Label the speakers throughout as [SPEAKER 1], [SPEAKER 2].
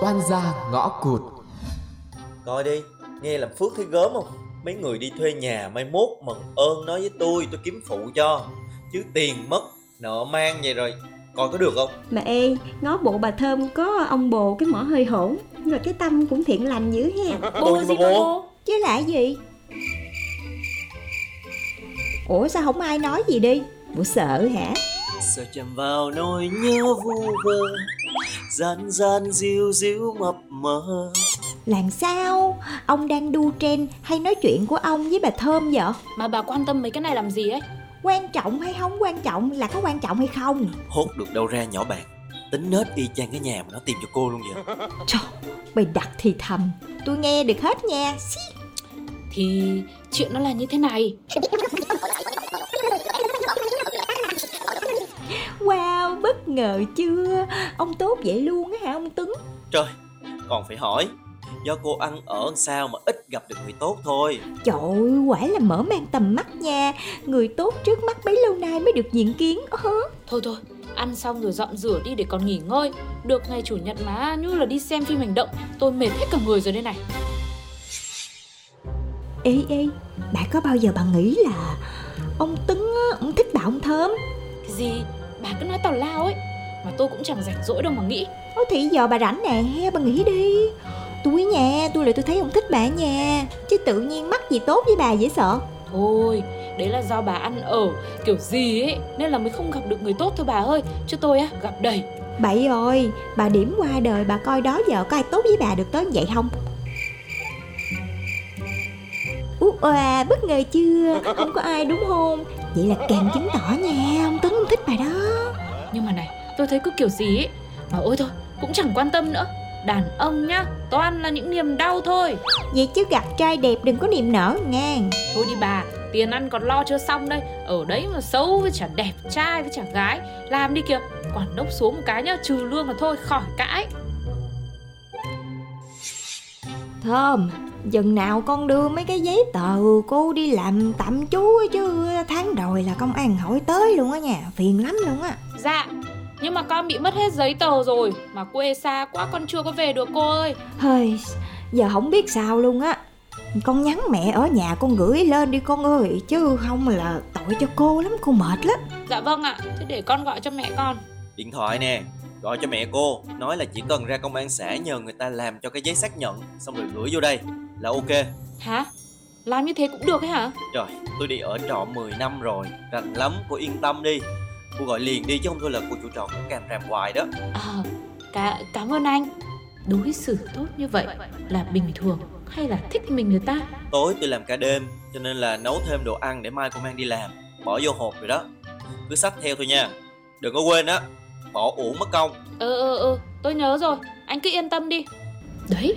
[SPEAKER 1] oan gia ngõ cụt
[SPEAKER 2] Coi đi, nghe làm phước thấy gớm không? Mấy người đi thuê nhà mai mốt mừng ơn nói với tôi, tôi kiếm phụ cho. Chứ tiền mất, nợ mang vậy rồi, coi có được không?
[SPEAKER 3] Mà ê, ngó bộ bà Thơm có ông bồ cái mỏ hơi hổn Rồi cái tâm cũng thiện lành dữ ha
[SPEAKER 2] Tôi mà bố.
[SPEAKER 4] Chứ lạ gì Ủa sao không ai nói gì đi Bộ sợ hả
[SPEAKER 5] Sợ chạm vào nỗi nhớ vu vơ Gian gian diêu diêu mập mờ
[SPEAKER 4] Làm sao Ông đang đu trend hay nói chuyện của ông với bà Thơm vậy
[SPEAKER 6] Mà bà quan tâm mấy cái này làm gì ấy
[SPEAKER 4] Quan trọng hay không quan trọng là có quan trọng hay không
[SPEAKER 5] Hốt được đâu ra nhỏ bạn Tính nết y chang cái nhà mà nó tìm cho cô luôn vậy
[SPEAKER 4] Bày đặt thì thầm Tôi nghe được hết nha Xí.
[SPEAKER 6] Thì chuyện nó là như thế này
[SPEAKER 4] Wow bất ngờ chưa Ông tốt vậy luôn á hả ông Tuấn
[SPEAKER 5] Còn phải hỏi Do cô ăn ở sao mà ít gặp được người tốt thôi
[SPEAKER 4] Trời ơi, quả là mở mang tầm mắt nha Người tốt trước mắt bấy lâu nay mới được diện kiến Ơ,
[SPEAKER 6] Thôi thôi Ăn xong rồi dọn rửa đi để còn nghỉ ngơi Được ngày chủ nhật mà như là đi xem phim hành động Tôi mệt hết cả người rồi đây này
[SPEAKER 4] Ê ê, bà có bao giờ bà nghĩ là Ông Tấn á, ông thích bà ông Thơm
[SPEAKER 6] Cái gì Bà cứ nói tào lao ấy Mà tôi cũng chẳng rảnh rỗi đâu mà nghĩ
[SPEAKER 4] Ôi thì giờ bà rảnh nè, bà nghĩ đi Tôi nha, tôi là tôi thấy ông thích bà nha Chứ tự nhiên mắc gì tốt với bà dễ sợ
[SPEAKER 6] Thôi Đấy là do bà ăn ở kiểu gì ấy Nên là mới không gặp được người tốt thôi bà ơi Chứ tôi á gặp đầy
[SPEAKER 4] Bậy rồi, bà điểm qua đời bà coi đó giờ có ai tốt với bà được tới như vậy không? Ú oà, bất ngờ chưa? Không có ai đúng không? Vậy là càng chứng tỏ nha, ông Tuấn không thích bà đó
[SPEAKER 6] Nhưng mà này, tôi thấy cứ kiểu gì ấy Mà ôi thôi, cũng chẳng quan tâm nữa Đàn ông nhá, toàn là những niềm đau thôi
[SPEAKER 4] Vậy chứ gặp trai đẹp đừng có niềm nở nha
[SPEAKER 6] Thôi đi bà, tiền ăn còn lo chưa xong đây Ở đấy mà xấu với chả đẹp trai với chả gái Làm đi kìa, quản đốc xuống một cái nhá Trừ lương mà thôi, khỏi cãi
[SPEAKER 4] Thơm, dần nào con đưa mấy cái giấy tờ cô đi làm tạm trú ấy chứ Tháng rồi là công an hỏi tới luôn á nha, phiền lắm luôn á
[SPEAKER 6] Dạ, nhưng mà con bị mất hết giấy tờ rồi Mà quê xa quá con chưa có về được cô ơi
[SPEAKER 4] Hơi, giờ không biết sao luôn á Con nhắn mẹ ở nhà con gửi lên đi con ơi Chứ không là tội cho cô lắm, cô mệt lắm
[SPEAKER 6] Dạ vâng ạ, thế để con gọi cho mẹ con
[SPEAKER 5] Điện thoại nè Gọi cho mẹ cô Nói là chỉ cần ra công an xã nhờ người ta làm cho cái giấy xác nhận Xong rồi gửi vô đây Là ok
[SPEAKER 6] Hả? Làm như thế cũng được ấy hả?
[SPEAKER 5] Trời, tôi đi ở trọ 10 năm rồi Rành lắm, cô yên tâm đi Cô gọi liền đi chứ không thôi là cô chủ trọ cũng càm ràm hoài đó
[SPEAKER 6] Ờ, cả, cảm ơn anh Đối xử tốt như vậy là bình thường hay là thích mình người ta
[SPEAKER 5] Tối tôi làm cả đêm Cho nên là nấu thêm đồ ăn để mai cô mang đi làm Bỏ vô hộp rồi đó Cứ sách theo thôi nha Đừng có quên á Bỏ uổng mất công
[SPEAKER 6] Ờ ờ ờ, tôi nhớ rồi, anh cứ yên tâm đi Đấy,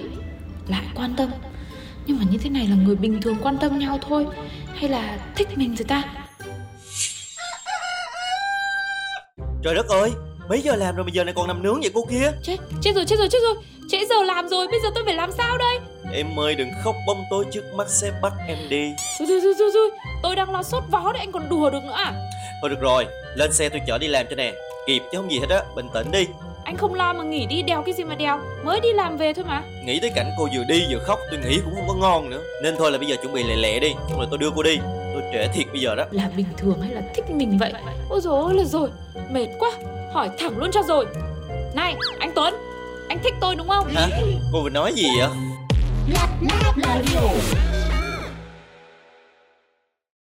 [SPEAKER 6] lại quan tâm Nhưng mà như thế này là người bình thường quan tâm nhau thôi Hay là thích mình rồi ta
[SPEAKER 5] Trời đất ơi Mấy giờ làm rồi mà giờ này còn nằm nướng vậy cô kia
[SPEAKER 6] Chết, chết rồi, chết rồi, chết rồi Trễ giờ làm rồi, bây giờ tôi phải làm sao đây
[SPEAKER 5] Em ơi đừng khóc bông tôi trước mắt sẽ bắt em đi
[SPEAKER 6] Rồi, rồi, rồi, rồi, rồi. Tôi đang lo sốt vó đấy, anh còn đùa được nữa à
[SPEAKER 5] Thôi được rồi Lên xe tôi chở đi làm cho nè Kịp chứ không gì hết á Bình tĩnh đi
[SPEAKER 6] Anh không lo mà nghỉ đi, đèo cái gì mà đèo Mới đi làm về thôi mà
[SPEAKER 5] Nghĩ tới cảnh cô vừa đi vừa khóc tôi nghĩ cũng không có ngon nữa Nên thôi là bây giờ chuẩn bị lẹ lẹ đi Xong rồi tôi đưa cô đi Tôi trễ thiệt bây giờ đó
[SPEAKER 6] Là bình thường hay là thích mình vậy Ôi dồi ôi là rồi, mệt quá Hỏi thẳng luôn cho rồi Này, anh Tuấn, anh thích tôi đúng không?
[SPEAKER 5] Hả? Cô vừa nói gì vậy?
[SPEAKER 7] Lab Lab Radio.